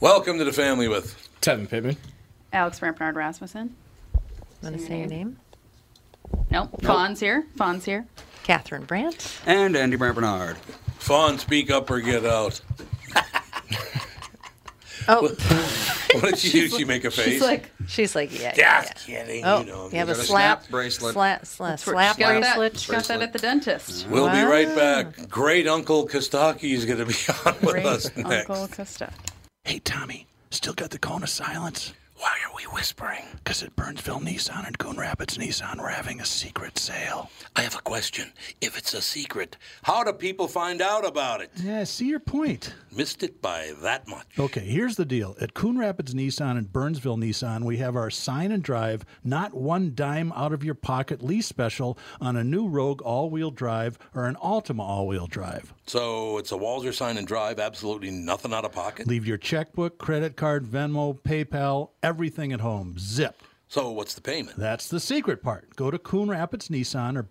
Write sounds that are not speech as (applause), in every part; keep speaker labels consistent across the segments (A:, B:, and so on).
A: Welcome to the family with
B: Tevin Pittman.
C: Alex Rampernard Rasmussen.
D: Want to say your name?
C: Nope. Fawn's here. Fawn's here.
D: Catherine Brandt.
E: And Andy Brant Bernard.
A: Fawn Speak Up or Get Out.
D: Oh,
A: What did she do? She make a face?
C: (laughs) She's like,
D: she's like, yeah. yeah,
A: Just kidding.
D: Oh,
A: you know,
D: you have a
A: gotta-
D: slap
E: snap bracelet.
D: Slap, slap,
C: That's where-
D: slap
C: she got that.
D: bracelet.
C: She got that
E: Bracelet.
C: at the dentist.
A: We'll be
C: Ah.
A: right back. Great Uncle Kostaki is going to be (laughs) on with
C: Great
A: us next.
C: Uncle Costa.
F: Hey, Tommy, still got the cone of silence?
A: Why are we whispering?
F: Because at Burnsville Nissan and Coon Rapids Nissan, we're having a secret sale.
A: I have a question. If it's a secret, how do people find out about it?
F: Yeah, I see your point.
A: Missed it by that much.
F: Okay, here's the deal. At Coon Rapids Nissan and Burnsville Nissan, we have our sign and drive, not one dime out of your pocket lease special on a new Rogue all wheel drive or an Altima all wheel drive.
A: So it's a Walzer sign and drive, absolutely nothing out of pocket.
F: Leave your checkbook, credit card, Venmo, PayPal, everything at home. Zip.
A: So what's the payment?
F: That's the secret part. Go to Coon Rapids Nissan or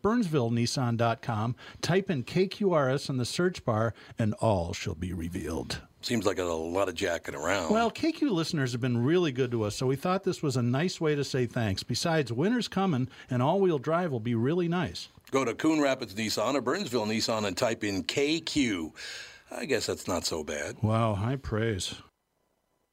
F: BurnsvilleNissan.com, type in KQRS in the search bar, and all shall be revealed.
A: Seems like a lot of jacking around.
F: Well, KQ listeners have been really good to us, so we thought this was a nice way to say thanks. Besides, winter's coming, and all wheel drive will be really nice.
A: Go to Coon Rapids Nissan or Burnsville Nissan and type in KQ. I guess that's not so bad.
F: Wow, high praise.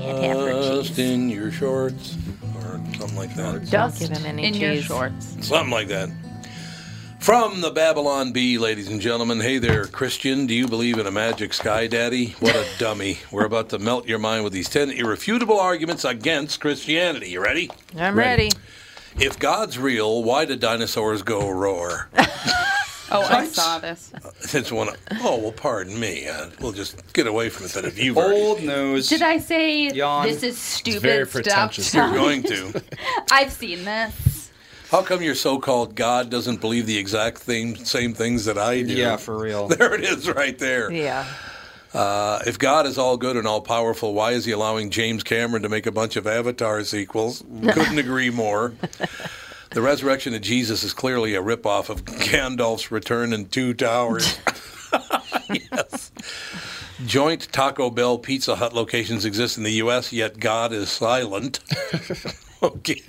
D: Can't have her
A: Just
D: cheese.
A: in your shorts or something like that.
C: Dust
D: give him any
C: in your
D: cheese.
C: shorts.
A: Something like that. From the Babylon Bee, ladies and gentlemen. Hey there, Christian. Do you believe in a magic sky daddy? What a dummy. We're about to melt your mind with these 10 irrefutable arguments against Christianity. You ready?
D: I'm ready.
A: If God's real, why do dinosaurs go roar?
C: Oh, I saw this.
A: It's one of, oh, well, pardon me. Uh, we'll just get away from it then if you've already.
E: Old news.
C: Did I say
E: Yawn.
C: this is stupid
B: very
C: stuff?
B: pretentious.
A: You're going to.
C: (laughs) I've seen this.
A: How come your so-called God doesn't believe the exact thing, same things that I do?
E: Yeah, for
D: (laughs)
A: (laughs)
E: real.
A: There it is, right there.
D: Yeah.
A: Uh, if God is all good and all powerful, why is He allowing James Cameron to make a bunch of Avatar sequels? Couldn't agree more. The resurrection of Jesus is clearly a ripoff of (laughs) Gandalf's return in Two Towers. yes. Joint Taco Bell Pizza Hut locations exist in the U.S., yet God is silent. (laughs) okay.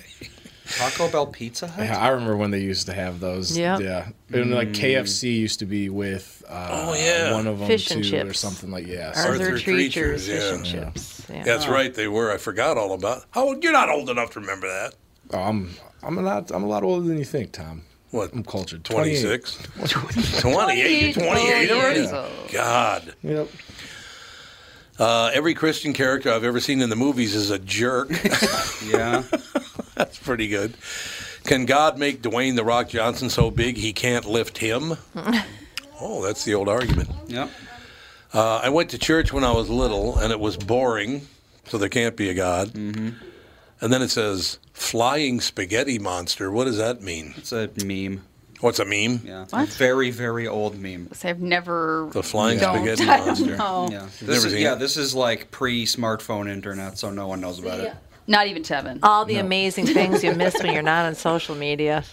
E: Taco Bell Pizza Hut?
B: Yeah, I remember when they used to have those.
D: Yep.
B: Yeah. And like KFC used to be with uh,
A: Mm. Oh, yeah.
B: one of them
D: Fish and
B: too, or
D: chips.
B: something like yeah. so-
D: Arthur,
A: Arthur Treacher's,
D: Treacher's
A: yeah.
D: fish and chips. Yeah.
A: That's
C: Oh.
A: right, they were. I forgot all about. How you're not old enough to remember that?
B: oh, I'm I'm a lot I'm a lot older than you think, Tom.
A: What?
B: I'm cultured. 28.
A: 26, 28,
C: 28
A: 28
C: years
A: already.
C: old.
A: God,
B: Yep.
A: uh, every Christian character I've ever seen in the movies is a jerk. (laughs)
E: (laughs) Yeah.
A: That's pretty good. Can God make Dwayne the Rock Johnson so big he can't lift
C: (laughs)
A: him? oh, that's the old argument.
E: yep.
A: Uh, I went to church when I was little, and it was boring, so there can't be a God.
B: Mm-hmm.
A: And then it says flying spaghetti monster. What does that mean?
E: It's a meme.
A: What's a meme?
E: Yeah. It's
C: What?
E: a very, very old meme.
C: So I've never.
A: The flying
C: don't,
A: spaghetti
C: (laughs) I don't
A: monster.
D: Oh.
C: know.
E: Yeah. This
A: never
E: is,
A: seen
E: yeah,
A: it?
E: this is like pre smartphone internet, so no one knows about it.
C: Not even Tevin.
D: All the amazing things you miss when you're not on social media.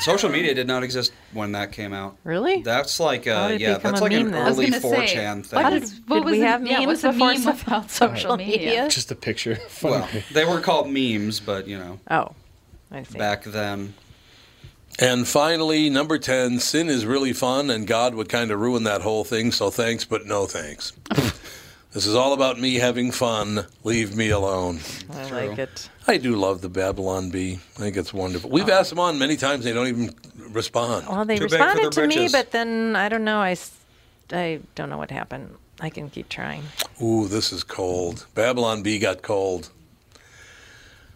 E: Social media did not exist when that came out.
D: Really?
E: That's like
D: How
E: a,
D: did it
E: yeah,
D: become
E: that's
D: a
E: like an
D: meme then? I was
E: early
C: gonna
E: 4chan
C: say, what
E: thing.
D: Did-
C: is- what
D: did
C: was
D: we
C: the-
D: have
C: yeah,
D: memes
C: what's the
D: before
C: meme
D: so- (laughs)
C: without social media?
B: Just a picture. (laughs) Funny.
E: Well, they were called memes, but you know,
D: Oh, I see.
E: back
D: (laughs)
E: then.
A: And finally, number 10, sin is really fun, and God would kind of ruin that whole thing, so thanks, but no thanks. This is all about me having fun. Leave me alone.
D: I like it.
A: I do love the Babylon Bee. I think it's wonderful. We've asked them on many times. They don't even respond.
D: Well, they
E: Too bad for
D: responded
E: their
D: to me,
E: britches.
D: but then I don't know. I, s- I don't know what happened. I can keep trying.
A: Ooh, this is cold. Babylon B got cold.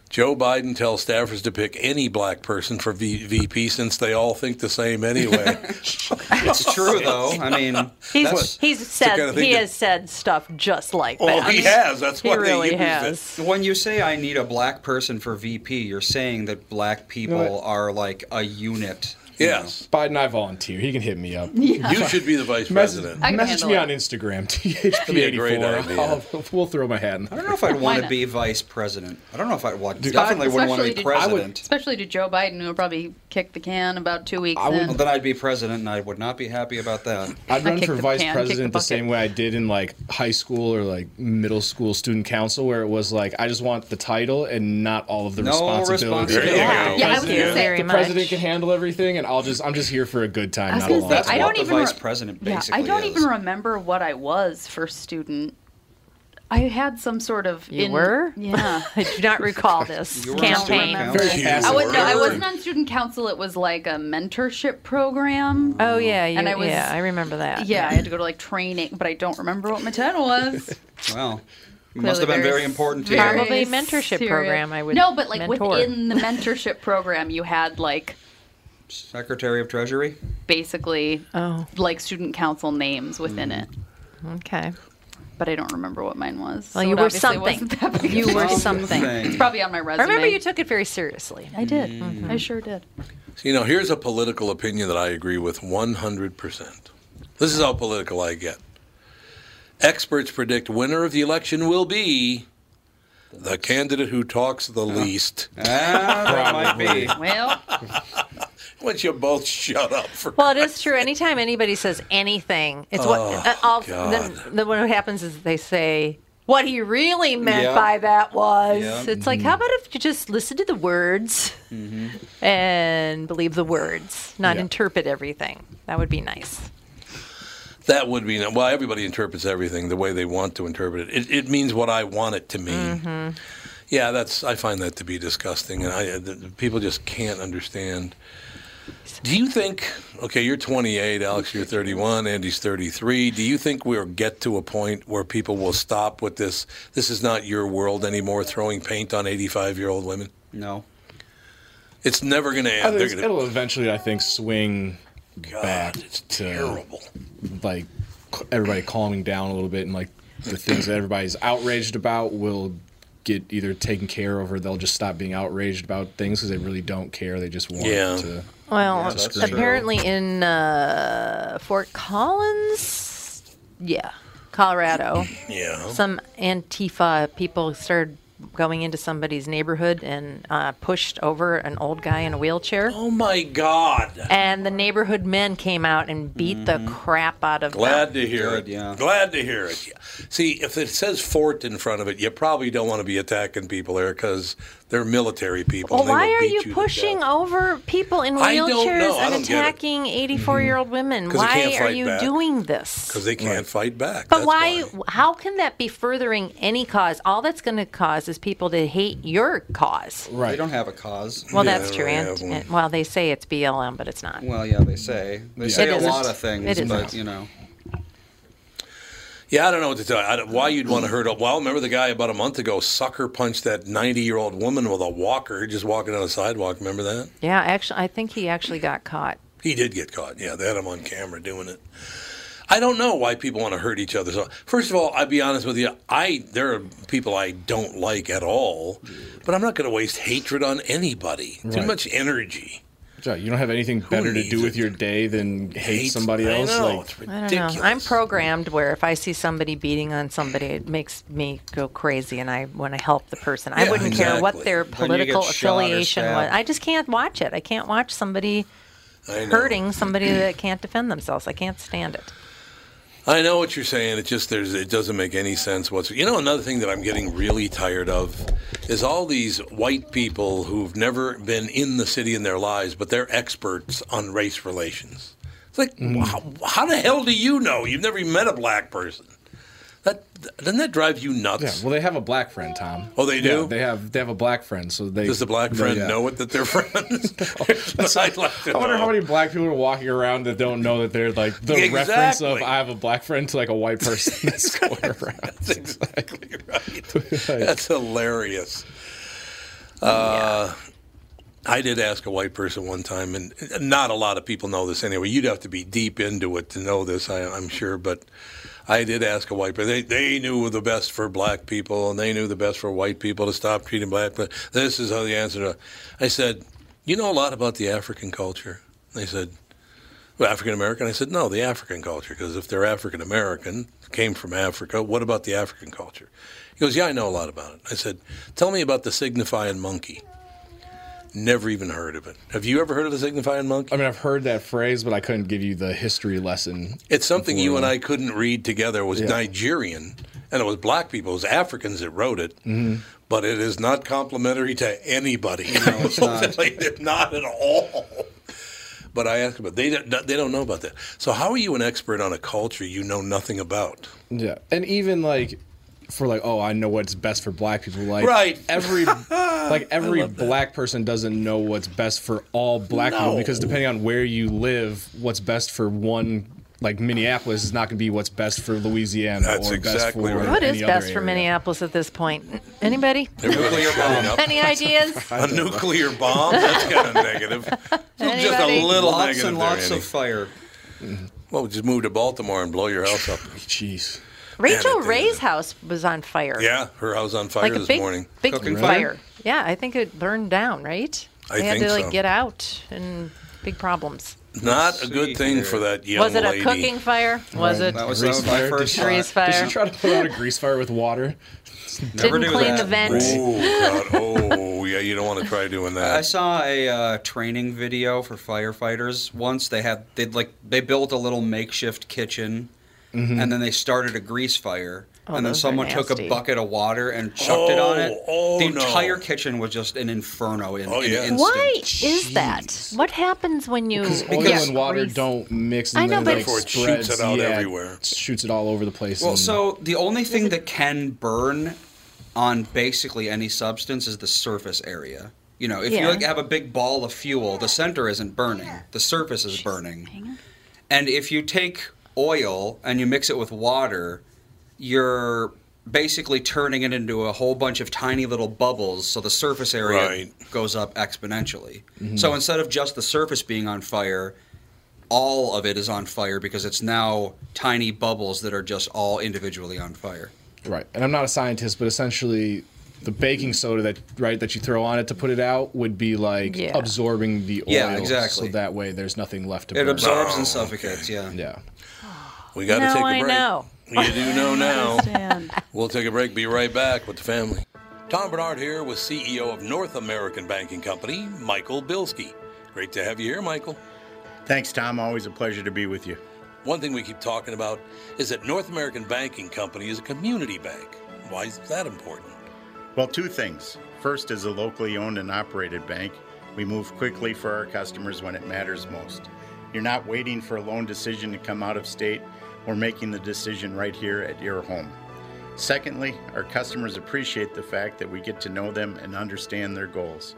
A: Joe Biden tells staffers to pick any black person for v- VP since they all think the same anyway.
E: It's true though. I mean,
D: He's
E: that's
D: he's
A: the
D: said
A: kind of thing
D: he
A: that-
D: has said stuff just like
A: well,
D: that.
A: he has. That's
D: He
A: why
D: really
A: they use it.
D: has.
E: when you say I need a black person for VP, you're saying that black people are like a unit. you
A: Yes.
G: Biden, I volunteer. He can hit me up.
A: You should be the vice
G: Message,
A: president.
C: I can
G: message
C: handle
G: me
C: it.
G: on Instagram,
A: be a great idea.
B: (laughs)
G: THP84. I'll- We'll throw my hat in.
E: know. I don't know if I'd
C: Why
E: want to
C: not?
E: be vice president. I don't know if I'd want. definitely wouldn't want to be
C: Especially to- I
G: would-
E: president.
C: Especially to Joe Biden, who will probably kick the can about two weeks
G: would-
E: Well,
C: in.
E: then I'd be president, and I would not be happy about that.
G: I'd
C: I
G: run
C: kick
G: for
C: the
G: vice
C: can, kick the
G: president the,
C: bucket.
G: same way I did in like high school or like middle school student council, where it was like I just want the title and not all of the
E: No
G: responsibility.
E: responsibility.
A: There you
C: Yeah,
A: go.
C: yeah, I was
G: President-
C: gonna say-
G: the
D: Very
G: president
D: much.
G: can handle everything, and I'll just I'm just here for a good
C: I
G: time,
C: was
G: not a
C: gonna
G: long
C: say,
E: That's
G: time.
C: I
E: what
C: don't
E: the
C: even
E: vice
C: re-
E: president
C: Yeah,
E: basically
C: I don't
E: is.
C: even remember what I was for student. I had some sort of.
D: You
C: in-
D: were? (laughs)
C: Yeah.
D: I do not recall
A: (laughs)
D: this
E: You were on
D: campaign.
E: student council.
G: Very
A: You
G: passive.
C: I was no, I
A: were.
C: wasn't on student council. It was like a mentorship
E: Uh,
C: program.
D: Oh yeah, you,
C: And I was-
D: yeah, I remember that.
C: Yeah, I had to go to like training, but I don't remember what my
E: (laughs)
C: ten was.
E: Well, it must have been
C: Clearly there's
E: very important to you.
C: very
D: Probably mentorship program, I would
C: no, but like
D: mentor.
C: within the mentorship program, you had like
E: Secretary of Treasury.
C: basically
D: Oh,
C: like student council names within
E: Mm.
C: it.
D: okay.
C: But I don't remember what mine was. so
D: Well, you
C: it
D: were
C: obviously
D: something.
C: wasn't (laughs) that big
D: You
C: of a
D: were
C: deal.
D: something.
C: It's probably on my
D: I
C: resume.
D: remember you took Mm-hmm. it very seriously.
C: I did. I sure did.
A: You know, here's a political opinion that I agree with 100%. This is how political I get. Experts predict winner of the election will be the candidate who talks the least.
E: (laughs) Ah, that might be.
C: Well,
A: Once you both shut up for
D: Well, it is true. Anytime anybody says anything, it's what uh, all. Then,
A: Oh, God.
D: then what happens is they say what he really meant
E: Yeah.
D: by that was.
E: Yeah.
D: It's like,
A: Mm-hmm.
D: how about if you just listen to the words and believe the words, not
G: Yeah.
D: interpret everything? That would be nice.
A: That would mean well, everybody interprets everything the way they want to interpret it. It, it means what I want it to mean. Yeah, that's I find that to be disgusting, and I, uh, the, the people just can't understand. Do you think? Okay, you're 28, Alex. You're 31. Andy's 33. Do you think we'll get to a point where people will stop with this? This is not your world anymore. Throwing paint on 85 year old women.
E: No.
A: It's never going to
G: I
A: end.
G: think
A: They're
G: it's-
A: going to.
G: It'll eventually, I think, swing back
A: God, it's
G: to
A: terrible.
G: like c- everybody calming down a little bit, and like the things that everybody's outraged about will get either taken care of, or they'll just stop being outraged about things because they really don't care. They just want
A: Yeah.
G: to.
D: Well,
E: that's true.
D: apparently in uh, Fort Collins, yeah, Colorado,
A: (laughs) Yeah.
D: some Antifa people started going into somebody's neighborhood and uh, pushed over an old guy in a wheelchair.
A: Oh my God.
D: And the neighborhood men came out and beat the crap out of
A: Mm-hmm. Glad
D: them.
A: to hear
E: Good,
A: it.
E: yeah.
A: Glad to hear it. Yeah. See, if it says fort in front of it, you probably don't want to be attacking people there because they're military people.
D: Well,
A: and they
D: why
A: will
D: are
A: beat
D: you
A: to
D: pushing
A: death.
D: over people in
A: I don't know.
D: wheelchairs
A: I
D: and
A: don't get it.
D: attacking 84 year old women?
A: 'Cause they can't
D: Why are
A: fight
D: you
A: back.
D: doing this?
A: Because they can't fight back.
D: But
A: That's
D: why, How can that be furthering any cause? All that's going to cause is people to hate your cause.
G: Right.
E: They don't have a cause.
D: Well,
A: Yeah,
D: that's
A: they
D: true.
A: don't
D: And,
A: have one.
D: and- well, they say it's BLM, but it's not.
E: Well, yeah, they say. They say
D: It
E: a
D: isn't.
E: lot of things,
D: It
E: but,
D: isn't.
E: you know.
A: Yeah, I don't know what to tell you. I don't- why you'd want to hurt. a- Well, remember the guy about a month ago sucker punched that 90 year old woman with a walker just walking on a sidewalk. Remember that?
D: Yeah, actually, I think he actually got caught.
A: He did get caught. Yeah, they had him on camera doing it. I don't know why people want to hurt each other. So, first of all, I'll be honest with you. I there are people I don't like at all, but I'm not going to waste hatred on anybody. Too
G: Right.
A: much energy.
G: Yeah, You don't have anything better to
A: needs
G: do with
A: it?
G: your day than hate, somebody
A: I
G: else.
A: know,
G: Like,
A: it's
D: I don't know.
A: ridiculous.
D: I'm programmed where if I see somebody beating on somebody, it makes me go crazy, and I want to help the person. I
A: Yeah,
D: wouldn't care
A: exactly.
D: what their
E: you
D: political
E: get shot or
D: affiliation was.
E: stabbed.
D: I just can't watch it. I can't watch somebody
A: I know.
D: hurting somebody that can't defend themselves. I can't stand it.
A: I know what you're saying. It just there's it doesn't make any sense whatsoever. You know, another thing that I'm getting really tired of is all these white people who've never been in the city in their lives, but they're experts on race
G: Mm.
A: relations. It's like, wow, how, the hell do you know? You've never even met a black person. That doesn't that drive you nuts?
G: Yeah, well, they have a black friend, Tom.
A: Oh, they do?
G: Yeah, they have they have a black friend, so they
A: Does the black friend
G: yeah.
A: know it that they're (laughs) friends? (laughs) I'd like to
G: (laughs) I wonder
A: know.
G: how many black people are walking around that don't know that they're like the
A: Exactly.
G: reference of I have a black friend to like
A: (laughs)
G: a white person that's going around.
A: That's exactly right. That's hilarious. Uh, I did ask a white person one time, and not a lot of people know this anyway. You'd have to be deep into it to know this, I, I'm sure. But I did ask a white person. They, they knew the best for black people, and they knew the best for white people to stop treating black. But this is how the answer to. I said, "You know a lot about the African culture." They said, well, African American? I said, no, the African culture, because if they're African American, came from Africa, what about the African culture? He goes, yeah, I know a lot about it. I said, tell me about the signifying monkey. Never even heard of it. Have you ever heard of the signifying monkey?
G: I mean, I've heard that phrase, but I couldn't give you the history lesson.
A: It's something you and I couldn't read together. It was
G: Yeah.
A: Nigerian, and it was black people, it was Africans that wrote it. But it is not complimentary to anybody. (laughs)
E: it's not.
A: They did not at all. But I asked about they don't, they don't know about that. So how are you an expert on a culture you know nothing about?
G: Yeah, and even like for like, oh, I know what's best for black people. Like
A: Right.
G: every like every black person doesn't know what's best for all black people
A: No.
G: because depending on where you live, what's best for one. Like Minneapolis is not going to be what's best for Louisiana
A: That's
G: or
A: exactly
G: best for
A: right.
D: What is
G: any
D: best
G: other
D: for
G: area.
D: Minneapolis at this point? Anybody?
A: Nuclear bomb. (laughs)
D: Any ideas?
A: A nuclear bomb? That's kind of negative. Just a
D: Anybody?
A: little
E: Lots
A: negative
E: and
A: there,
E: lots
A: Andy.
E: of fire.
A: Well, just move to Baltimore and blow your house up.
G: Jeez.
D: Rachel
A: thing
D: Ray's
A: is-
D: house was on fire.
A: Yeah, her house on fire
D: like a
A: this
D: big,
A: morning.
D: big
E: Cooking
D: fire.
E: fire?
D: Yeah, I think it burned down, right?
A: I
D: they had
A: think
D: to like
A: so.
D: get out and big problems.
A: Not a good
E: see
A: thing
E: here.
A: for that young
D: was it
A: lady.
D: a cooking fire? Was it
E: That was, that
G: Grease
E: was my
G: fire,
E: first
D: grease
E: thought.
D: fire?
G: Did she try to put out a grease fire with water?
E: Never
D: Didn't
E: do
D: clean
E: that.
D: the vent.
A: Oh,
D: (laughs)
A: God. Oh, yeah, you don't want to try doing
E: I
A: that.
E: saw a uh, training video for firefighters once. They had they would like they built a little makeshift kitchen, and then they started a grease fire.
D: Oh,
E: and then
D: those are
E: someone took a
D: nasty.
E: bucket of water and chucked it on it.
A: Oh, oh,
E: the
A: no.
E: entire kitchen was just an inferno in
A: Oh,
E: in
A: yeah.
E: an instant.
D: Why is that?
G: Jeez.
D: What happens when you
G: Oil
D: get
G: and water
D: grease?
G: don't mix. And
D: I know,
G: then
D: but-
G: like,
A: Therefore, it
G: spreads.
A: shoots it out
G: yeah,
A: everywhere.
G: Shoots it all over the place.
E: Well,
G: and-
E: so the only thing that can burn on basically any substance is the surface area. You know, if
D: Yeah.
E: you like, have a big ball of fuel, the center isn't burning, the surface is burning. And if you take oil and you mix it with water, you're basically turning it into a whole bunch of tiny little bubbles, so the surface area
A: Right.
E: goes up exponentially. So instead of just the surface being on fire, all of it is on fire because it's now tiny bubbles that are just all individually on fire.
G: Right. And I'm not a scientist, but essentially the baking soda that right that you throw on it to put it out would be like
D: Yeah.
G: absorbing the oil
E: Yeah, exactly.
G: so that way there's nothing left to
E: It
G: burn.
E: absorbs
A: Oh, okay.
E: and suffocates, yeah.
G: yeah.
A: We got to
D: Now
A: take a
D: I
A: break.
D: know.
A: You do
D: (laughs)
A: know now.
C: And
A: We'll take a break. Be right back with the family. Tom Bernard here with CEO of North American Banking Company, Michael Bilski. Great to have you here, Michael.
H: Thanks, Tom. Always a pleasure to be with you.
A: One thing we keep talking about is that North American Banking Company is a community bank. Why is that important?
H: Well, two things. First, as a locally owned and operated bank, we move quickly for our customers when it matters most. You're not waiting for a loan decision to come out of state, we're making the decision right here at your home. Secondly, our customers appreciate the fact that we get to know them and understand their goals.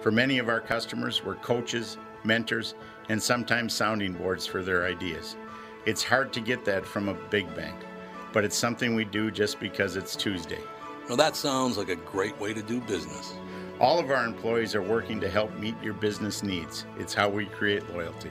H: For many of our customers, we're coaches, mentors, and sometimes sounding boards for their ideas. It's hard to get that from a big bank, but it's something we do just because it's Tuesday.
A: Well, that sounds like a great way to do business.
H: All of our employees are working to help meet your business needs. It's how we create loyalty.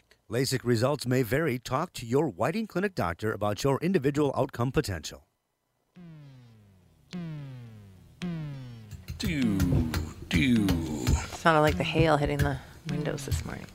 I: LASIK results may vary. Talk to your Whiting Clinic doctor about your individual outcome potential.
A: Do, do.
D: Sounded like the hail hitting the windows this morning.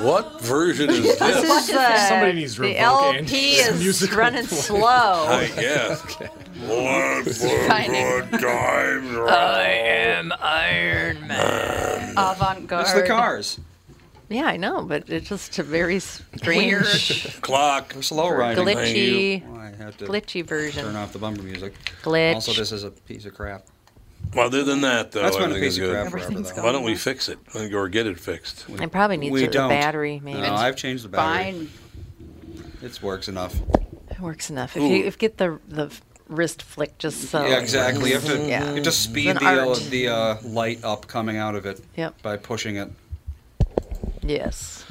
A: What version
E: (laughs)
A: is
D: This
A: this?
D: is the,
G: Somebody needs
D: the
G: Rip Vulcan.
D: LP is
G: Musical
D: running
G: play.
D: slow.
A: I guess. What
C: Finding-
A: good times.
C: I am Iron Man. Avant garde.
E: It's the cars.
D: Yeah, I know, but it's just a very
C: Weird.
D: strange,
A: Clock.
E: Slow riding.
A: Glitch.
D: glitchy,
E: Well, I have to turn
D: glitchy version.
E: off the bumper music.
D: Glitch.
E: Also, this is a piece of crap.
A: Other than that, though,
E: That's
A: Oh, I
E: been a
A: think it's
E: piece of crap
A: good.
E: forever,
C: Everything's
E: though.
A: Why don't we fix it or get it fixed?
D: It probably needs
E: we
D: a
E: don't.
D: battery, maybe.
E: No, I've changed the battery.
C: Fine.
E: It works enough.
D: It works enough. If you
A: Ooh.
D: if get the the wrist flick just so.
E: yeah, exactly. You have to
D: Oh, Yeah.
E: you just speed
D: It's
E: the
D: an
E: uh,
D: art.
E: the uh, light up coming out of it
D: Yep.
E: by pushing it.
D: Yes.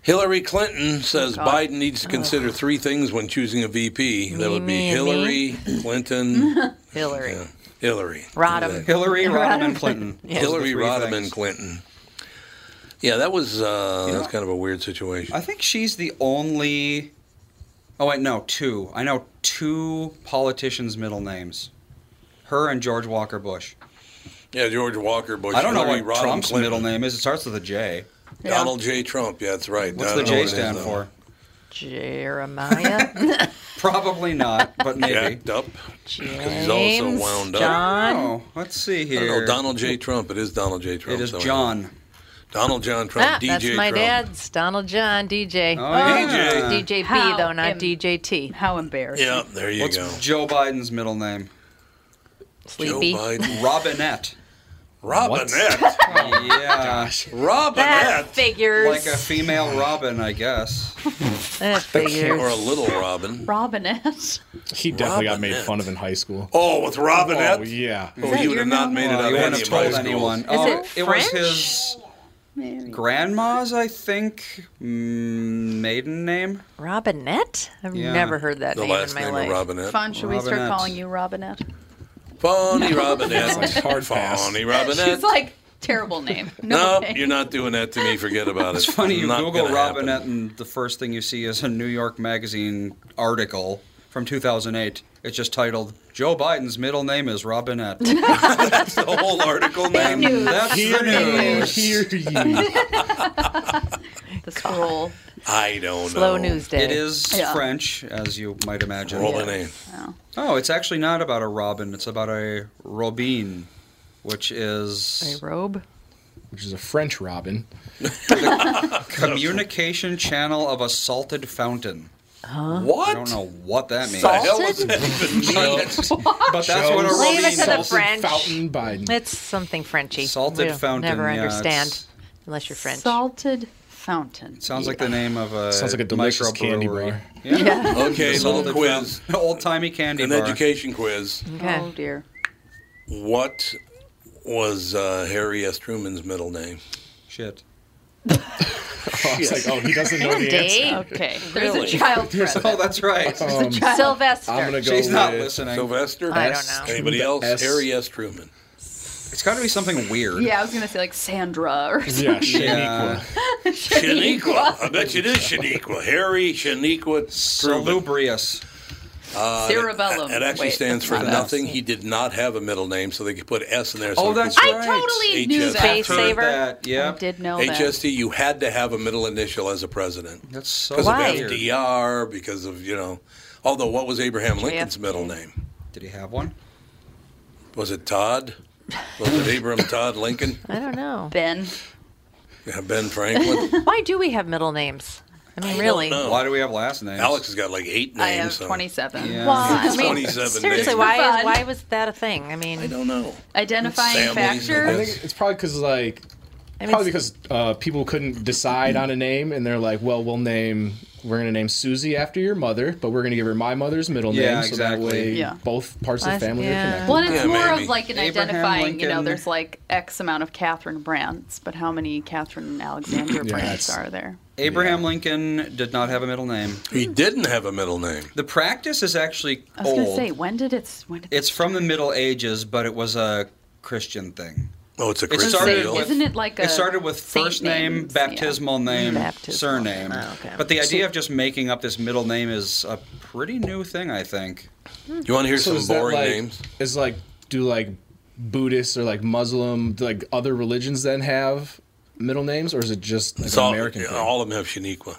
A: Hillary Clinton says
D: Oh, God.
A: Biden needs to consider three things when choosing a VP. that would be
D: me, and me.
A: Hillary,
D: (laughs)
A: Clinton,
D: Hillary.
A: yeah, Hillary.
D: Rodham.
E: Hillary
D: (laughs) Rodham.
E: Rodham Clinton. Those are
D: Yeah.
E: the
A: Hillary
E: three
A: Rodham
E: things.
A: and Clinton. Yeah, that was uh,
E: You
A: that's
E: know-
A: kind of a weird situation.
E: I think she's the only. Oh wait, no, two. I know two politicians' middle names. Her and George Walker Bush.
A: yeah, George Walker Bush.
E: I don't know
A: Hillary
E: what
A: Rodham
E: Trump's
A: Clinton.
E: middle name is. It starts with a J.
A: Donald J. Trump. Yeah, that's right.
E: What's
A: I
E: the
A: don't know what
E: J
A: it is,
E: stand
A: though.
E: for?
A: (laughs)
D: Jeremiah.
E: Probably not, but maybe.
A: Jacked up.
D: James.
A: he's also wound up.
D: John.
E: Oh, let's see
A: I
E: here.
A: don't know, Donald J. Trump. It is Donald J. Trump.
E: It is
A: so I-
E: John.
A: Donald John Trump.
D: Ah,
A: DJ
D: that's my
A: Trump.
D: dad's Donb John DJ.
E: Oh, yeah.
D: DJB DJ
C: How
D: though, not
C: am-
D: DJT.
C: How embarrassing.
A: Yeah, there you
E: What's
A: go.
E: Joe Biden's middle name?
D: Sleepy.
A: Joe Biden.
E: Robinette.
A: Robinette.
D: (laughs)
E: yeah.
D: That
A: Robinette.
D: figures.
E: Like a female Robin, I guess.
D: that figures.
A: Or a little Robin.
C: Robinette.
G: He definitely got made
A: Robinette.
G: fun of in high school.
A: Oh, with Robinette.
G: Oh yeah.
A: Oh,
C: that
A: you would
C: your
A: have not
C: name?
A: made it out
E: Well, you
A: of
E: wouldn't
A: any
E: have
A: of my
E: told
A: schools.
E: anyone.
D: Is
E: oh,
D: it
E: it was
D: French?
E: his grandma's, I think, mm, maiden name.
D: Robinette? I've
E: Yeah.
D: never heard that
A: The
D: name in
A: last
D: my
A: name
D: life.
A: of Robinette.
C: Fun, should we start
E: Robinette.
C: calling you Robinette?
A: Phony Robinette.
D: (laughs)
G: It's like hard pass.
A: Phony Robinette.
C: She's like, terrible name. No,
A: nope, you're not doing that to me. Forget about it.
E: It's funny, you
A: Not
E: Google
A: gonna happen.
E: Robinette, and the first thing you see is a New York Magazine article from 2008. It's just titled, Joe Biden's middle name is
D: (laughs)
E: Robinette. That's (laughs) the whole article name.
C: news.
E: That's the news.
D: (laughs)
G: Hear ye.
C: The scroll.
A: I don't know.
D: Slow news day.
E: It is
C: Yeah.
E: French, as you might imagine.
A: Robinette.
C: Oh.
E: Oh, it's actually not about a robin. It's about a robin, which
D: A
E: is
D: robe.
G: Which is a French Robin.
E: communication channel of a salted fountain.
A: What?
E: I don't know what that means.
A: The hell was that?
E: (laughs) But that's what a
G: Joe
D: Leave
E: robin
D: it to the
G: Salted
D: French.
G: Fountain Biden.
D: It's something Frenchy.
E: Salted
D: We'll
E: fountain.
D: Never
E: yeah,
D: understand
E: it's-
D: unless you're French. (laughs)
C: Salted fountain.
E: it sounds like the name of a
G: Sounds like a delicious candy
E: microbrewery.
G: bar.
E: Yeah. (laughs)
J: (laughs)
A: Okay, little
E: Salted
A: quiz.
E: fountain. Old timey candy
A: An
E: bar.
A: education quiz.
D: Okay.
C: Oh dear.
A: What was uh, Harry S. Truman's middle name?
E: Shit. (laughs)
G: Oh, I was like, oh, he doesn't know the answer.
D: Dave.
C: Okay. There's
A: Really?
C: a child
E: Oh,
C: present.
E: that's
G: (laughs)
E: right.
D: Sylvester.
G: I'm gonna go.
E: She's not
G: with-
E: listening.
A: Sylvester?
D: I don't know.
A: Anybody else?
G: S.
A: Harry S.
D: (laughs)
A: Truman.
E: It's got to be something weird.
C: Yeah, I was gonna say like Sandra or something.
G: Yeah,
E: Yeah.
C: (laughs)
G: Shaniqua.
A: Shaniqua. I bet you did Shaniqua. Harry Shaniqua Truman.
E: Salubrious.
C: cerebellum.
A: It actually
C: Wait,
A: stands
C: that's
A: for
C: not it.
A: nothing. He did not have a middle name, so they could put S in there. So
E: Oh,
A: it
E: that's
A: could-
E: right.
C: I totally knew
A: HS.
C: that.
D: Space
E: Heard
D: saver.
E: that,
C: I
E: Yep.
C: did know that.
A: HST, you had to have a middle initial as a president.
E: That's so
A: Because of
D: Why?
E: weird.
A: FDR, because of, you know. Although, what was Abraham Lincoln's
D: JFK.
A: middle name?
E: Did he have one?
A: Was it Todd? Was it Abraham Todd
D: (laughs)
A: Lincoln?
D: I don't know.
C: Ben.
A: Yeah, Ben Franklin?
D: Why do we have middle names? I mean,
A: I don't
D: really.
A: know.
E: Why do we have last names?
A: Alex has got like eight names.
C: I have
A: so-
C: 27.
E: Yeah.
D: Well, I
A: It's
D: mean,
A: 27
D: seriously,
A: names.
D: why
C: Fun.
D: is, why was that a thing? I mean,
A: I don't know.
C: Identifying
A: Families, I
G: I
C: factor.
A: guess.
G: think it's probably because like
D: I mean,
G: Probably because uh, people couldn't decide on a name, and they're like, "Well, we'll name we're going to name Susie after your mother, but we're going to give her my mother's middle
E: Yeah,
G: name, so that
E: exactly.
G: way
C: Yeah.
G: both parts of
D: Last-
G: the family
D: yeah.
G: are connected."
C: Well, and it's
A: Yeah,
C: more
A: maybe.
C: of like an
E: Abraham
C: identifying, you know,
E: Lincoln.
C: there's like X amount of Catherine brands, but how many Catherine Alexander brands
G: it's-
C: are there?
E: Abraham Lincoln did not have a middle name.
A: He didn't have a middle name.
E: The practice is actually
C: I was
E: old.
C: gonna say, when did it? When (laughs) did
E: It's from the Middle Ages, but it was a Christian thing.
A: Oh, it's a
E: It
A: Christian
E: started
A: deal.
E: with
C: Isn't it like a
E: it started with
C: saint
E: first name,
C: names? Yeah.
E: baptismal name,
D: Baptismal.
E: surname.
D: Oh, okay.
E: But the idea of just making up this middle name is a pretty new thing, I think.
A: you want to hear
G: So is
A: some
G: that
A: boring
G: like,
A: names?
G: Is like do like Buddhists or like Muslim, like other religions then have middle names, or is it just like
A: It's
G: an
A: all,
G: American? thing?
A: all of them have Shaniqua.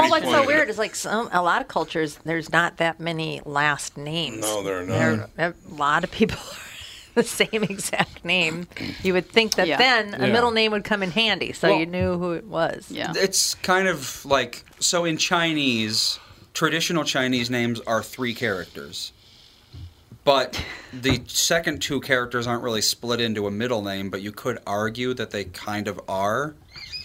D: well, what's so weird is like some a lot of cultures there's not that many last names.
A: No, there are not.
D: There are a lot of people (laughs) the same exact name. You would think that
C: Yeah.
D: then a
G: Yeah.
D: middle name would come in handy, so
E: Well-
D: you knew who it was.
C: Yeah.
E: It's kind of like so in Chinese, traditional Chinese names are three characters. But the second two characters aren't really split into a middle name, but you could argue that they kind of are.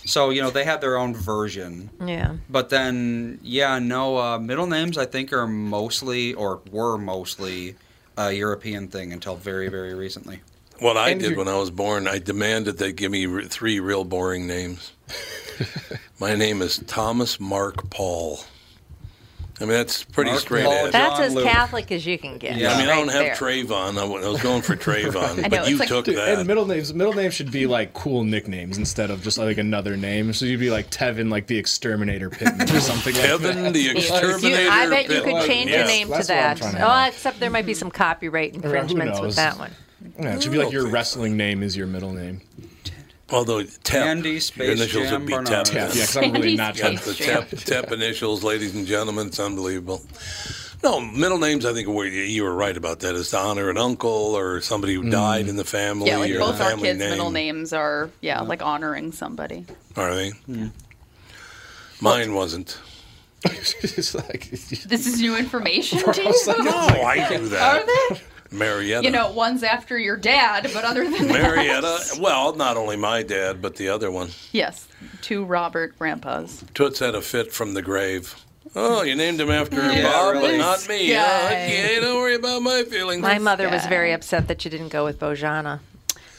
E: So, you know, they have their own version.
D: Yeah.
E: But then, yeah, no, uh, middle names I think are mostly or were mostly a European thing until very, very recently.
A: What I
G: And
A: did
G: you're-
A: when I was born, I demanded they give me re- three real boring
D: (laughs)
A: names. My name is Thomas Mark Paul. I mean, that's pretty
E: Mark
A: straight
E: Paul
A: edge.
E: John
D: That's as
E: Luke.
D: Catholic as you can get.
E: Yeah.
A: I mean, I don't
D: right
A: have
D: there.
A: Trayvon. I wa- I was
C: (laughs)
A: going for Trayvon,
C: know,
A: but you
C: it's like-
A: took
G: Dude,
A: that.
G: and middle names, middle names should be like cool nicknames instead of just like another name. So you'd be like Tevin, like the Exterminator Pittman
A: (laughs)
G: or something like that.
A: Kevin the
D: You-
A: Exterminator.
D: I bet you
A: Pittman.
D: could change
A: Yeah.
D: your name to
G: That's what I'm
D: that.
G: trying to
D: Oh,
G: know.
D: except there might be some copyright
G: who
D: infringements with
G: knows?
D: that one.
G: Yeah, it should be like your wrestling name is your middle name.
A: Although Tep,
E: Andy
A: your
E: Space
A: initials
E: Jam
A: would be
E: Barnard.
A: Tep.
G: Yeah, because I'm really not
A: Yeah,
G: trying
A: the
G: to.
A: tep, tep initials, ladies and gentlemen, it's unbelievable. No, middle names. I think where you you were right about that is to honor an uncle or somebody who died
G: Mm.
A: in the family.
C: yeah, like
A: or
C: both
A: the
C: our
A: family
C: kids'
A: name.
C: middle names are yeah, like honoring somebody.
A: Are they? Mine wasn't.
G: It's like
C: This is new information to you.
A: No, Oh, I do that.
C: (laughs) Are they?
A: (laughs) Marietta.
C: You know, one's after your dad, but other than
A: Marietta.
C: that,
A: Well, not only my dad, but the other one.
C: (laughs) yes, two Robert grandpas.
A: Toots had a fit from the grave. Oh, you named him after Bob, but
E: really?
A: not me.
C: Yeah.
A: huh? okay, don't worry about my feelings.
D: My mother was
C: guy.
D: very upset that you didn't go with Bojana.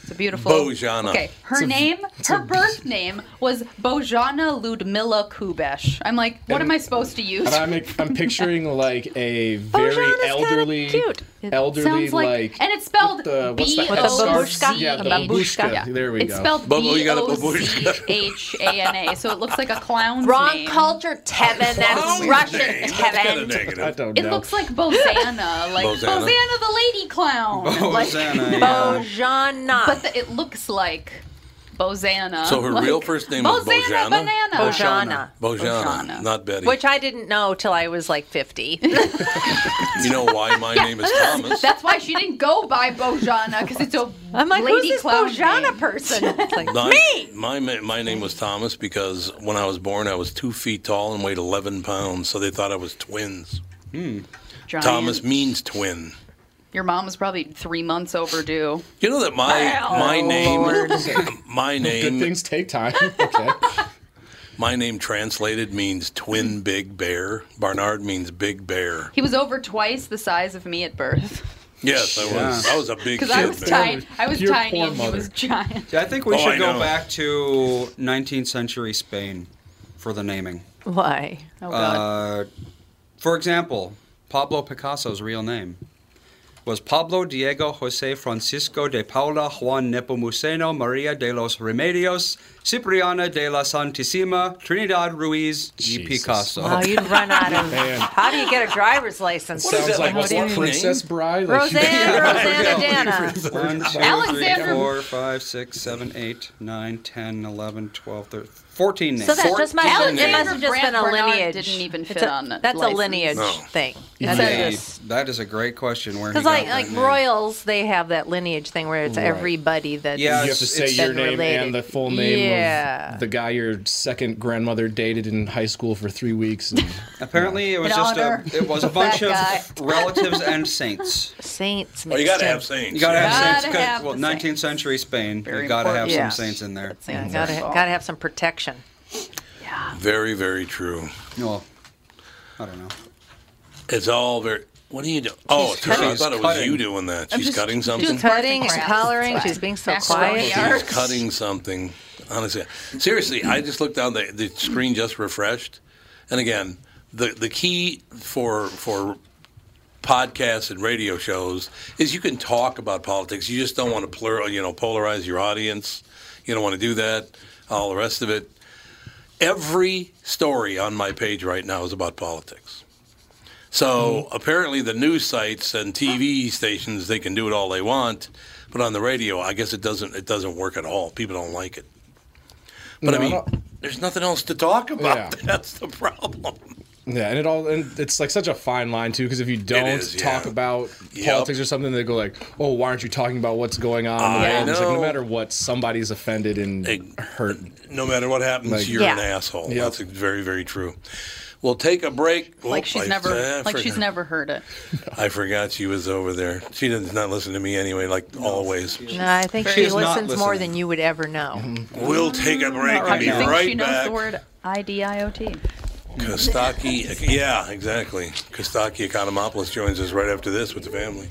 C: It's a beautiful.
A: Bojana.
C: Okay, her name, her birth name was Bojana Ludmila Kubesh. I'm like, what am I supposed to use?
G: And I'm, I'm picturing like a
D: Bojana's
G: very
D: kinda
G: elderly,
D: cute. It
G: elderly
C: Sounds
G: like,
C: like, and it's spelled
G: with the- what's
C: B
G: the
D: With
C: O
D: the babushka?
C: Z
G: yeah, the
D: Babushka.
G: babushka.
C: Yeah.
G: There we
C: it's
G: go.
C: spelled
A: Bubba,
C: B
A: you got a
C: O Z
A: babushka.
C: H A N A, so it looks like a clown's
D: Wrong
C: name.
D: culture, Tevin.
A: Oh,
D: That's Russian,
A: Name. That's kinda
D: Tevin.
A: negative.
G: I don't
C: It
G: know.
C: looks like Bozana, like
A: Bozana.
C: Bozana, the lady
E: (laughs)
C: clown. like,
E: Hosanna, Oh, yeah.
D: Bojana.
C: but the, it looks like Bozana.
A: So her
C: like,
A: real first name was
C: Bozana
A: Bojana?
C: Banana.
D: Bojana.
A: Bojana,
C: Bojana.
A: not Betty.
D: Which I didn't know till I was like 50.
A: you know why my name is Thomas?
C: That's why she didn't go by Bojana because it's a
D: (laughs) I'm like,
C: lady
D: who's this
C: clown
D: Bojana
C: name.
D: person? (laughs) It's like,
A: My-
D: me!
A: My, ma- my name was Thomas because when I was born, I was two feet tall and weighed 11 pounds, so they thought I was twins.
C: (laughs) Giant.
A: Thomas means twin.
C: Your mom was probably three months overdue.
A: You know that my my name (laughs) my
G: Good
A: name
G: things take time. Okay.
A: my name translated means twin big bear. Barnard means big bear.
C: He was over twice the size of me at birth
A: Yes, I was. I was a big
C: because
A: kid.
C: I was
A: man.
C: tiny. I was
G: Your
C: tiny
G: poor
C: and
G: mother.
C: he was giant.
E: Yeah, I think we
A: Oh,
E: should
A: I
E: go
A: know.
E: back to 19th century Spain for the naming.
D: Why?
C: Oh god.
E: Uh, for example, Pablo Picasso's real name was Pablo Diego Jose Francisco de Paula Juan Nepomuceno Maria de los Remedios Cipriana de la Santissima Trinidad Ruiz y
G: Jesus.
E: Picasso.
D: Oh,
E: (laughs)
D: you'd run out of.
G: (laughs) Man.
D: How do you get a driver's license?
A: What is
G: Sounds
A: that?
G: like
A: How
G: what's
A: do you
G: that,
A: name?
G: Princess Bride? Like,
D: Roseanne,
G: (laughs)
E: Yeah.
D: Rosanna Dana.
E: One, two, three,
C: Alexander-
E: four, five, six, seven, eight, nine, 10, 11, 12, 13, 14 names.
D: So that just must have, it
E: Fourteen
D: must have just
C: Brandt
D: been a
C: Bernard
D: lineage.
C: didn't even
D: It's
C: fit
D: a-
C: on the
D: That's
C: license.
D: a lineage
A: No.
D: thing.
E: names.
D: That's
E: Hey,
D: just
E: that is a great question. Where he
D: because like
E: got that
D: like
E: name.
D: royals, they have that lineage thing where it's
G: Right.
D: everybody that's
E: Yeah,
G: you have
E: it's-
G: to say
E: it's
G: your
D: been
G: name
D: related.
G: and the full name
D: Yeah.
G: of the guy your second grandmother dated in high school for three weeks. And
E: Apparently, it was
C: In
E: just a
C: honor
E: it was a
C: of
E: bunch of
C: that
E: relatives and saints.
D: saints.
A: Well, you got to
D: mixed in.
A: have saints.
E: You gotta
A: yeah.
E: have
C: Gotta
E: saints. 'cause-
C: have
E: well,
C: the
E: 19th
C: saints.
E: century Spain.
C: Very
E: you gotta have
C: important.
E: some
D: Yeah.
E: saints in there.
D: Yeah, gotta gotta have some protection.
A: Very, very true.
E: Well, I don't know.
A: It's all very. What are you doing? Oh,
E: She's
A: Tara, I
E: cutting.
A: thought it was
E: Cutting.
A: you doing that.
C: I'm
A: She's
C: just-
A: cutting something.
C: just
D: Cutting
C: Crafts.
D: and collaring.
C: Crafts.
D: She's being so
C: Macaroni
D: quiet.
C: art.
A: She's cutting something. Honestly, seriously, I just looked down. The, the screen just refreshed, and again, the the key for for podcasts and radio shows is you can talk about politics. You just don't want to plural, you know, polarize your audience. You don't want to do that. All the rest of it. Every story on my page right now is about politics. So
G: Mm-hmm.
A: apparently, the news sites and TV stations they can do it all they want, but on the radio, I guess it doesn't it doesn't work at all. People don't like it. But I
G: No, I
A: mean,
G: don't-
A: there's nothing else to talk about. (laughs)
G: Yeah.
A: That's the problem.
G: yeah, and it all and it's like such a fine line too, because if you don't
A: is,
G: talk
A: yeah.
G: about
A: Yep.
G: politics or something, they go like, "Oh, why aren't you talking about what's going on?"
A: I
G: And it's like,
A: know.
G: no matter what, somebody's offended and
A: Ig-
G: hurt.
A: No matter what happens,
G: Like-
A: you're an
D: Yeah.
A: asshole.
G: Yep.
A: That's very very true. We'll take a break.
C: Like
A: Oop,
C: she's
A: I-
C: never,
A: I
C: like she's
A: forgot-
C: never heard it.
A: I forgot she was over there. She does not listen to me anyway, like always.
D: No, I think
E: She's
D: she
E: not
D: listens more
E: listening.
D: than you would ever
A: Mm-hmm.
D: know.
A: We'll take a break
C: How
A: and
C: do
A: be
C: you think
A: right
C: she knows
A: back.
C: the word IDIOT?
A: Kostaki, yeah, exactly. Kostaki Economopoulos joins us right after this with the family.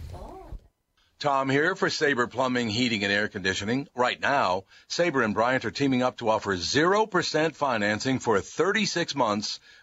K: Tom here for Sabre Plumbing, Heating, and Air Conditioning. Right now, Sabre and Bryant are teaming up to offer 0% financing for 36 months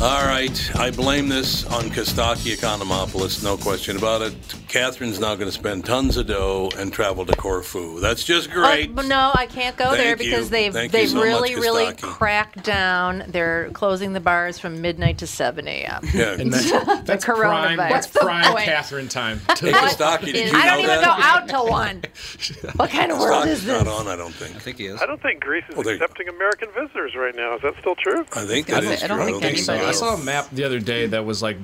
A: All right, I blame this on Kostaki Economopoulos, no question about it. Catherine's now going to spend tons of dough and travel to Corfu. That's just great.
D: Oh, but no, I can't go there
A: Thank you.
D: because they've
A: Thank you
D: they've
A: so much,
D: really really
A: Kostaki.
D: cracked down. They're closing the bars from midnight to seven a.m.
A: Yeah.
L: (laughs)
G: And that's, that's prime.
D: coronavirus.
G: That's
D: What's
C: the
G: prime
C: point?
G: Catherine time.
A: Hey, Kostaki, did
D: I
A: you
D: don't
A: know
D: even
A: that?
D: go out
A: (laughs)
D: till one. What kind of world
A: Kostaki's
D: is
A: not
D: this?
A: on, I don't think.
E: I think he is.
J: I don't think Greece is
A: Well, there you go.
J: accepting American visitors right now. Is that still true?
A: I think that
D: I
A: is
D: don't
A: true.
D: think
G: So
D: anybody
G: I
D: is.
G: saw a map the other day that was like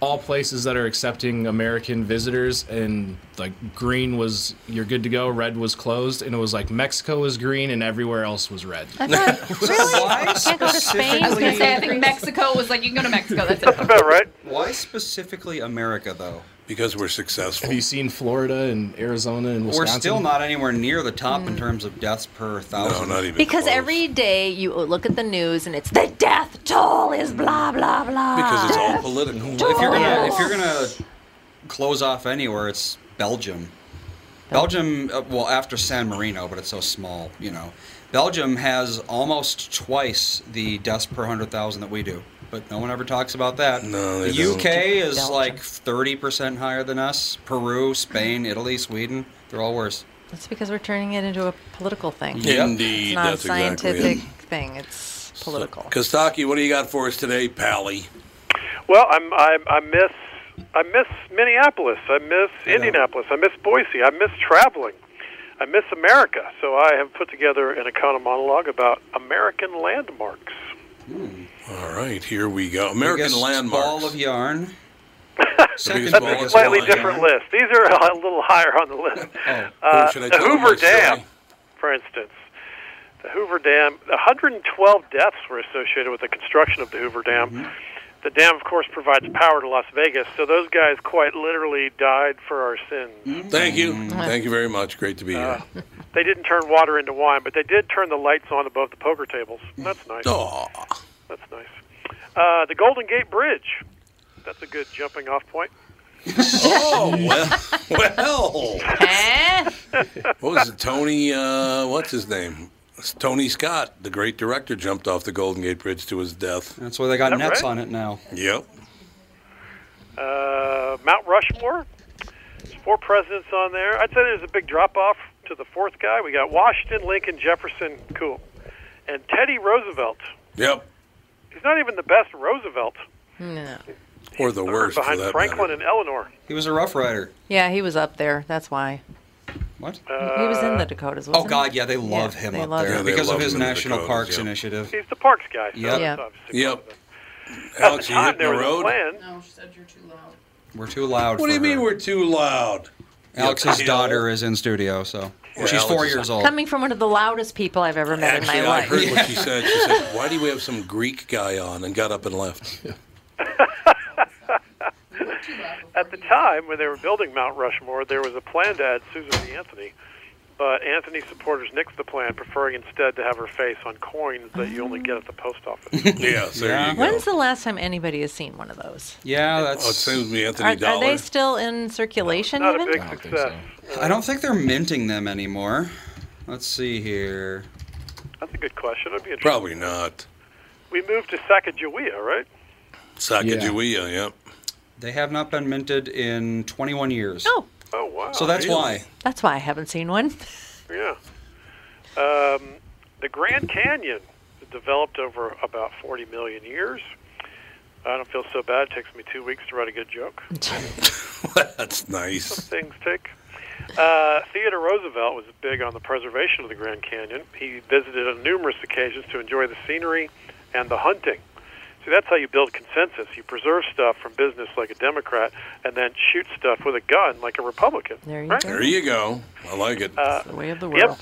G: all places that are accepting American visitors, and like green was you're good to go, red was closed, and it was like Mexico was green and everywhere else was red.
D: I thought, really?
E: Why
D: I can't go to Spain.
C: I was gonna
J: (laughs)
C: say I think Mexico was like you can go to Mexico. That's it.
J: About right.
E: Why specifically America though?
A: Because we're successful.
G: Have you seen Florida and Arizona and Wisconsin?
E: We're still not anywhere near the top
C: Mm.
E: in terms of deaths per
A: No,
E: thousand.
A: not even.
D: Because
A: close.
D: every day you look at the news and it's the death toll is blah blah blah.
A: Because it's all political.
E: If you're gonna if you're gonna close off anywhere, it's Belgium. Belgium, uh, well, after San Marino, but it's so small, you know. Belgium has almost twice the deaths per hundred thousand that we do, but no one ever talks about that.
A: No, they
E: the
A: don't.
E: UK is
D: Belgium.
E: like thirty percent higher than us. Peru, Spain, Italy, Sweden—they're all worse.
D: That's because we're turning it into a political thing.
E: Yep.
A: Indeed,
D: It's not a
A: that's exactly it.
D: scientific thing. It's political.
A: Kostaki, what do you got for us today, Pally?
J: Well, I'm, I'm, I miss I miss Minneapolis. I miss Indianapolis. I miss Boise. I miss traveling. I miss America. So I have put together an econo monologue about American landmarks.
A: All right, here we go. American
E: Biggest
A: landmarks.
E: Ball of yarn.
A: (laughs)
E: Second
A: biggest ball
E: biggest
A: of
E: ball
J: Slightly
A: why,
E: of
J: different
E: yarn.
J: list. These are (laughs) a little higher on the list.
E: Oh,
J: Uh,
A: should I
J: the
A: tell them
J: Hoover
A: my story?
J: Dam, for instance, The Hoover Dam, 112 deaths were associated with the construction of the Hoover Dam.
A: Mm-hmm.
J: The dam, of course, provides power to Las Vegas, so those guys quite literally died for our sins.
A: Mm-hmm.
J: Uh,
A: Thank you.
E: Mm-hmm.
A: Thank you very much. Great to be here.
J: They didn't turn water into wine, but they did turn the lights on above the poker tables. That's nice.
A: Aw.
J: That's nice. Uh, the Golden Gate Bridge. That's a good jumping off point.
A: oh, well. (laughs) well. what was it? Tony, uh, what's his name? It's Tony Scott, the great director, jumped off the Golden Gate Bridge to his death.
E: That's why they got
J: Is that
E: nets
J: right?
E: on it now.
A: Yep.
J: Uh, Mount Rushmore. There's four presidents on there. I'd say there's a big drop off to the fourth guy. We got Washington, Lincoln, Jefferson, cool, and Teddy Roosevelt.
A: Yep.
J: He's not even the best Roosevelt.
D: No.
A: Or the worst. for
J: behind
A: that
J: Franklin and Eleanor.
E: He was a Rough Rider.
D: Yeah, he was up there. That's why.
E: What?
D: he was in the Dakotas.
E: Oh
D: Wasn't
E: God,
D: he?
E: yeah, they love him
D: they
E: up
D: love
E: there
D: him.
E: because of
A: love
E: his
A: him in the
E: national
A: Dakotas,
E: parks
A: yeah.
E: initiative.
J: He's the Parks guy. So
E: Yep.
J: that's obvious.
A: Yep.
J: At the
A: Alex, you
J: time,
A: hitting
J: there
A: the
J: was a
A: road?
J: plan.
E: We're too loud.
A: What do
E: for
A: you mean
E: her.
A: we're too loud?
E: Alex's
A: Yeah.
E: daughter is in studio, so
A: Yeah,
E: she's four
A: Alex is-
E: years old.
D: Coming from one of the loudest people I've ever met
A: Actually,
D: in my
A: I
D: life.
A: heard what she said. She said, "Why do we have some Greek guy on?" and got up and (laughs) left.
J: At the time when they were building Mount Rushmore, there was a plan to add Susan B. Anthony, but Anthony supporters nixed the plan, preferring instead to have her face on coins that you only get at the post office.
A: yes, there you go.
D: When's the last time anybody has seen one of those?
E: yeah,
A: Oh, it
E: that's.
A: seems me
D: Are,
A: Anthony
D: are
A: Dollar.
D: they still in circulation?
J: Not a
D: even?
J: big
G: I don't think
J: success.
E: I don't think they're minting them anymore. Let's see here.
J: That's a good question. I'd be interested.
A: Probably not.
J: We moved to Sacagawea, right?
A: Sacagawea, yep.
E: They have not been minted in 21 years.
D: Oh,
J: Oh wow.
E: so that's
A: really?
E: why.
D: that's why I haven't seen one.
J: Yeah. Um, the Grand Canyon developed over about 40 million years. I don't feel so bad. It takes me two weeks to write a
A: (laughs)
J: good joke.
A: That's nice.
J: things take. Uh, Theodore Roosevelt was big on the preservation of the Grand Canyon. He visited on numerous occasions to enjoy the scenery and the hunting. See, that's how you build consensus. You preserve stuff from business like a Democrat and then shoot stuff with a gun like a Republican.
D: There you
J: right?
D: go.
A: There you go. I like it.
D: It's the way of the world.
J: Yep.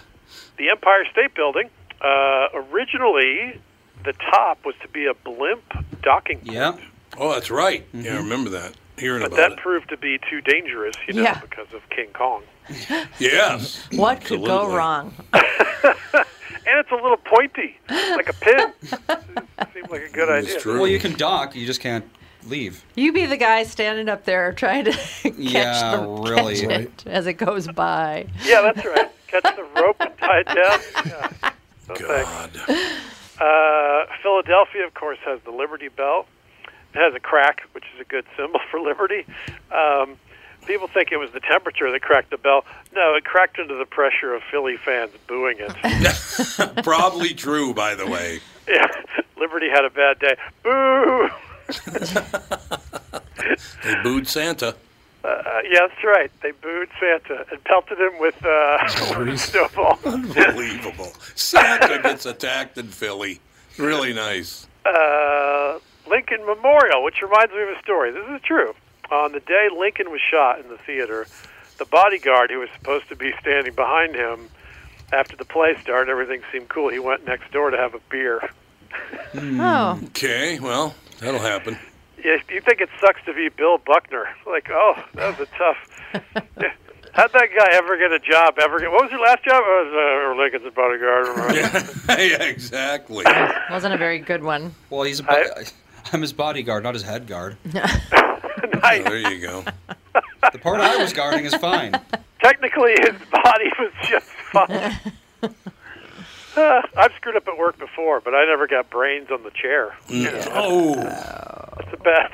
J: The Empire State Building. Uh, originally, the top was to be a blimp docking point,
E: Yeah.
A: oh, that's right. Yeah,
E: Mm-hmm.
A: I remember that. Hearing
J: but
A: about
J: that
A: it.
J: proved to be too dangerous, you know,
D: Yeah.
J: because of King Kong.
A: Yes.
D: What could go
A: Absolutely.
D: wrong?
J: And it's a little pointy, like a pin. Seemed like a good
A: It's
J: idea.
A: true.
E: Well, you can dock, you just can't
A: (laughs)
E: leave.
D: You be the guy standing up there trying to (laughs) catch
E: Yeah,
D: the
E: really.
D: catch it as it goes by.
J: Yeah, that's right. Catch the rope and tie it down. Yeah. No thanks.
A: God.
J: Uh, Philadelphia, of course, has the Liberty Bell. It has a crack, which is a good symbol for liberty. Um, people think it was the temperature that cracked the bell. No, it cracked under the pressure of Philly fans booing it.
A: Probably true, by the way.
J: yeah, Liberty had a bad day. Boo!
A: They booed Santa.
J: Uh, yeah, that's right. They booed Santa and pelted him with, uh, (laughs) with a snowball.
A: Unbelievable. Santa gets attacked in Philly. Really nice.
J: uh, Lincoln Memorial, which reminds me of a story. This is true. On the day Lincoln was shot in the theater, the bodyguard who was supposed to be standing behind him, after the play started, everything seemed cool. He went next door to have a beer.
D: Oh,
A: Okay, well, that'll happen.
J: Yeah, you think it sucks to be Bill Buckner? (laughs) Like, oh, that was a tough. Yeah. How'd that guy ever get a job? Ever get? What was your last job? I was uh, Lincoln's bodyguard. (laughs) remember?
A: yeah, exactly.
D: wasn't a very good one.
E: Well, he's a bo- I, (laughs) am his bodyguard, not his head guard.
J: nice.
A: There you go.
E: The part I was guarding is fine.
J: technically his body was just fine. Uh, I've screwed up at work before, but I never got brains on the chair.
A: (laughs) Oh,
J: That's a bad.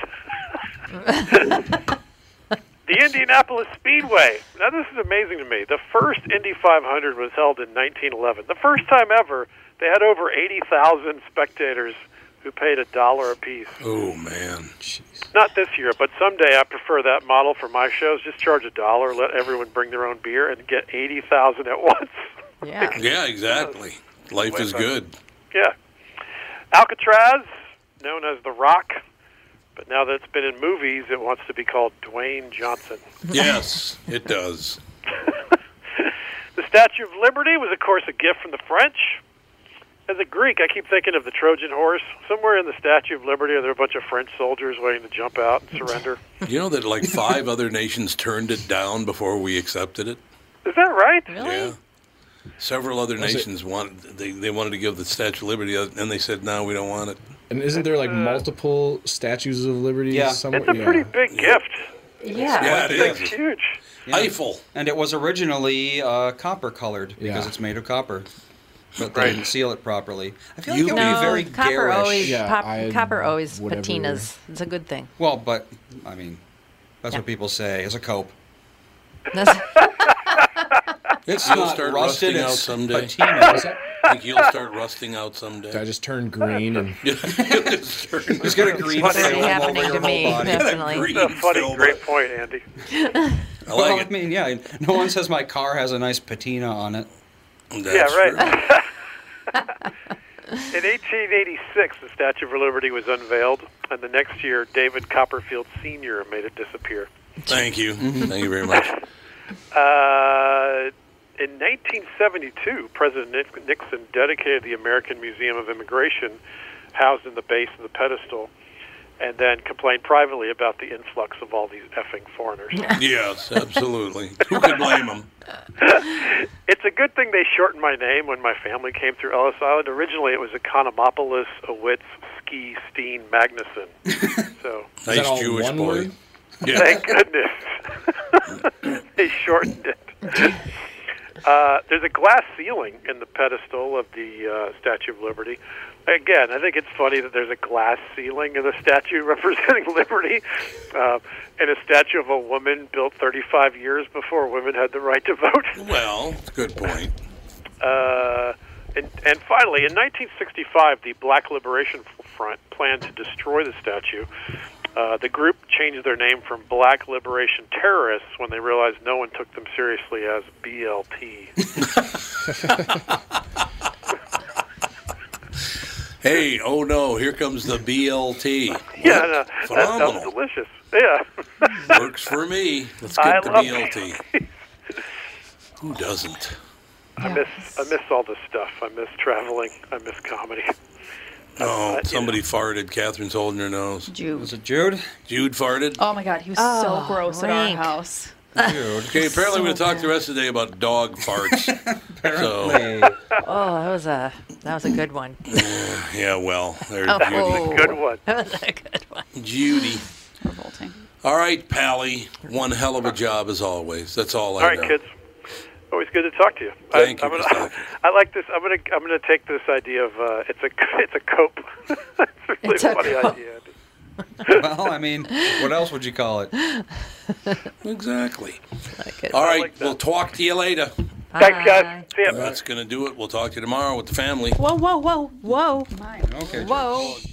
J: (laughs) the Indianapolis Speedway. Now this is amazing to me. The first Indy 500 was held in 1911. The first time ever they had over 80,000 spectators who paid a dollar apiece.
A: oh man.
J: Not this year, but someday I prefer that model for my shows. Just charge a dollar, let everyone bring their own beer, and get 80,000 at once.
D: Yeah.
A: Yeah, exactly. Life is good.
J: Yeah. Alcatraz, known as The Rock, but now that it's been in movies, it wants to be called Dwayne Johnson.
A: Yes,
E: (laughs)
A: it does.
J: The Statue of Liberty was, of course, a gift from the French. As a Greek, I keep thinking of the Trojan horse. Somewhere in the Statue of Liberty, are there a bunch of French soldiers waiting to jump out and surrender?
A: You know that like five other nations turned it down before we accepted it.
J: Is that right?
A: Yeah. Several other nations want they, they wanted to give the Statue of Liberty, uh, and they said no, we don't want it.
G: And isn't there like multiple statues of liberty?
A: Yeah.
G: somewhere?
A: Uh, It's a pretty
J: Big gift.
A: Yeah. Yeah, it
J: That's
A: is.
J: huge.
A: Eiffel.
E: And it was originally uh, copper colored because
G: Yeah.
E: it's made of copper. But they didn't seal it properly. I feel like
D: no,
E: it would be very
D: copper
E: garish.
D: always pop, copper always patinas. It's a good (laughs) thing.
E: Well, but I mean, that's what people say as a cope.
A: It's
E: It's
A: you'll
E: not
A: start
E: rusted,
A: rusting out
E: it's
A: someday.
E: patina. Is that-
A: (laughs) Think you'll start rusting out someday. (laughs)
G: I just turned green and
E: (laughs) It's got a green
A: Funny.
E: film over
A: Happening
E: your
A: to
E: whole
A: me,
D: (laughs)
E: body.
A: definitely. Green
J: That's a funny, great point, Andy.
E: I well, I (laughs) mean, yeah, no one says my car has a nice patina on it.
J: yeah, right. In 1886, the Statue of Liberty was unveiled, and the next year, David Copperfield Sr. made it disappear.
A: Thank you. Thank you very much.
J: Uh, in 1972, President Nix- Nixon dedicated the American Museum of Immigration, housed in the base of the pedestal, and then complained privately about the influx of all these effing foreigners.
A: yes, absolutely. Who could blame
E: (laughs)
A: them?
J: it's a good thing they shortened my name when my family came through Ellis Island. Originally, it was Economopolis Owitz Ski Steen Magnuson. So
A: Nice Jewish boy. Yeah.
J: Thank goodness. (laughs) they shortened it. Uh, there's a glass ceiling in the pedestal of the uh, Statue of Liberty. Again, I think it's funny that there's a glass ceiling in the statue (laughs) representing liberty, uh, and a statue of a woman built 35 years before women had the right to vote. (laughs)
A: Well, good
E: (laughs)
A: point.
J: Uh, and, and finally, in 1965, the Black Liberation Front planned to destroy the statue. Uh, the group changed their name from Black Liberation Terrorists when they realized no one took them seriously as
A: (laughs)
J: BLT.
A: Hey, oh no, here comes the BLT.
J: yeah, no, that sounds
A: Phenomenal.
J: delicious. Yeah.
A: Works for me. Let's
J: I
A: get the
J: love
A: BLT. Who doesn't?
J: I miss I miss all this stuff. I miss traveling. I miss comedy. Uh,
A: Oh, somebody farted. Catherine's holding her nose.
C: Jude.
A: Was it Jude? Jude farted.
C: Oh my God, he was
D: Oh,
C: so gross at
D: rank.
C: our house.
A: Dude. Okay, apparently we're going to talk the rest of the day about dog farts.
D: Apparently.
A: So,
D: Oh, that was a that was a good one. (laughs)
A: yeah, well, there's
D: Oh.
A: Judy.
D: Good
J: one.
D: That was a good one.
A: Judy. All right, Pally. One hell of a job as always. That's all I
J: All right,
A: know.
J: kids. Always good to talk to you.
A: Thank
J: I,
A: you,
J: I'm
A: Mr.
J: gonna, (laughs) I like this. I'm gonna I'm gonna take this idea of uh, it's a (laughs) it's a cope. it's a really
E: It's a
J: funny
E: cope.
J: idea.
E: well, I mean, what else would you call it?
A: Exactly. All right, we'll talk to you later.
J: Thanks, guys.
A: That's going to do it. We'll talk to you tomorrow with the family.
D: Whoa, whoa, whoa, whoa.
E: Okay.
D: Whoa.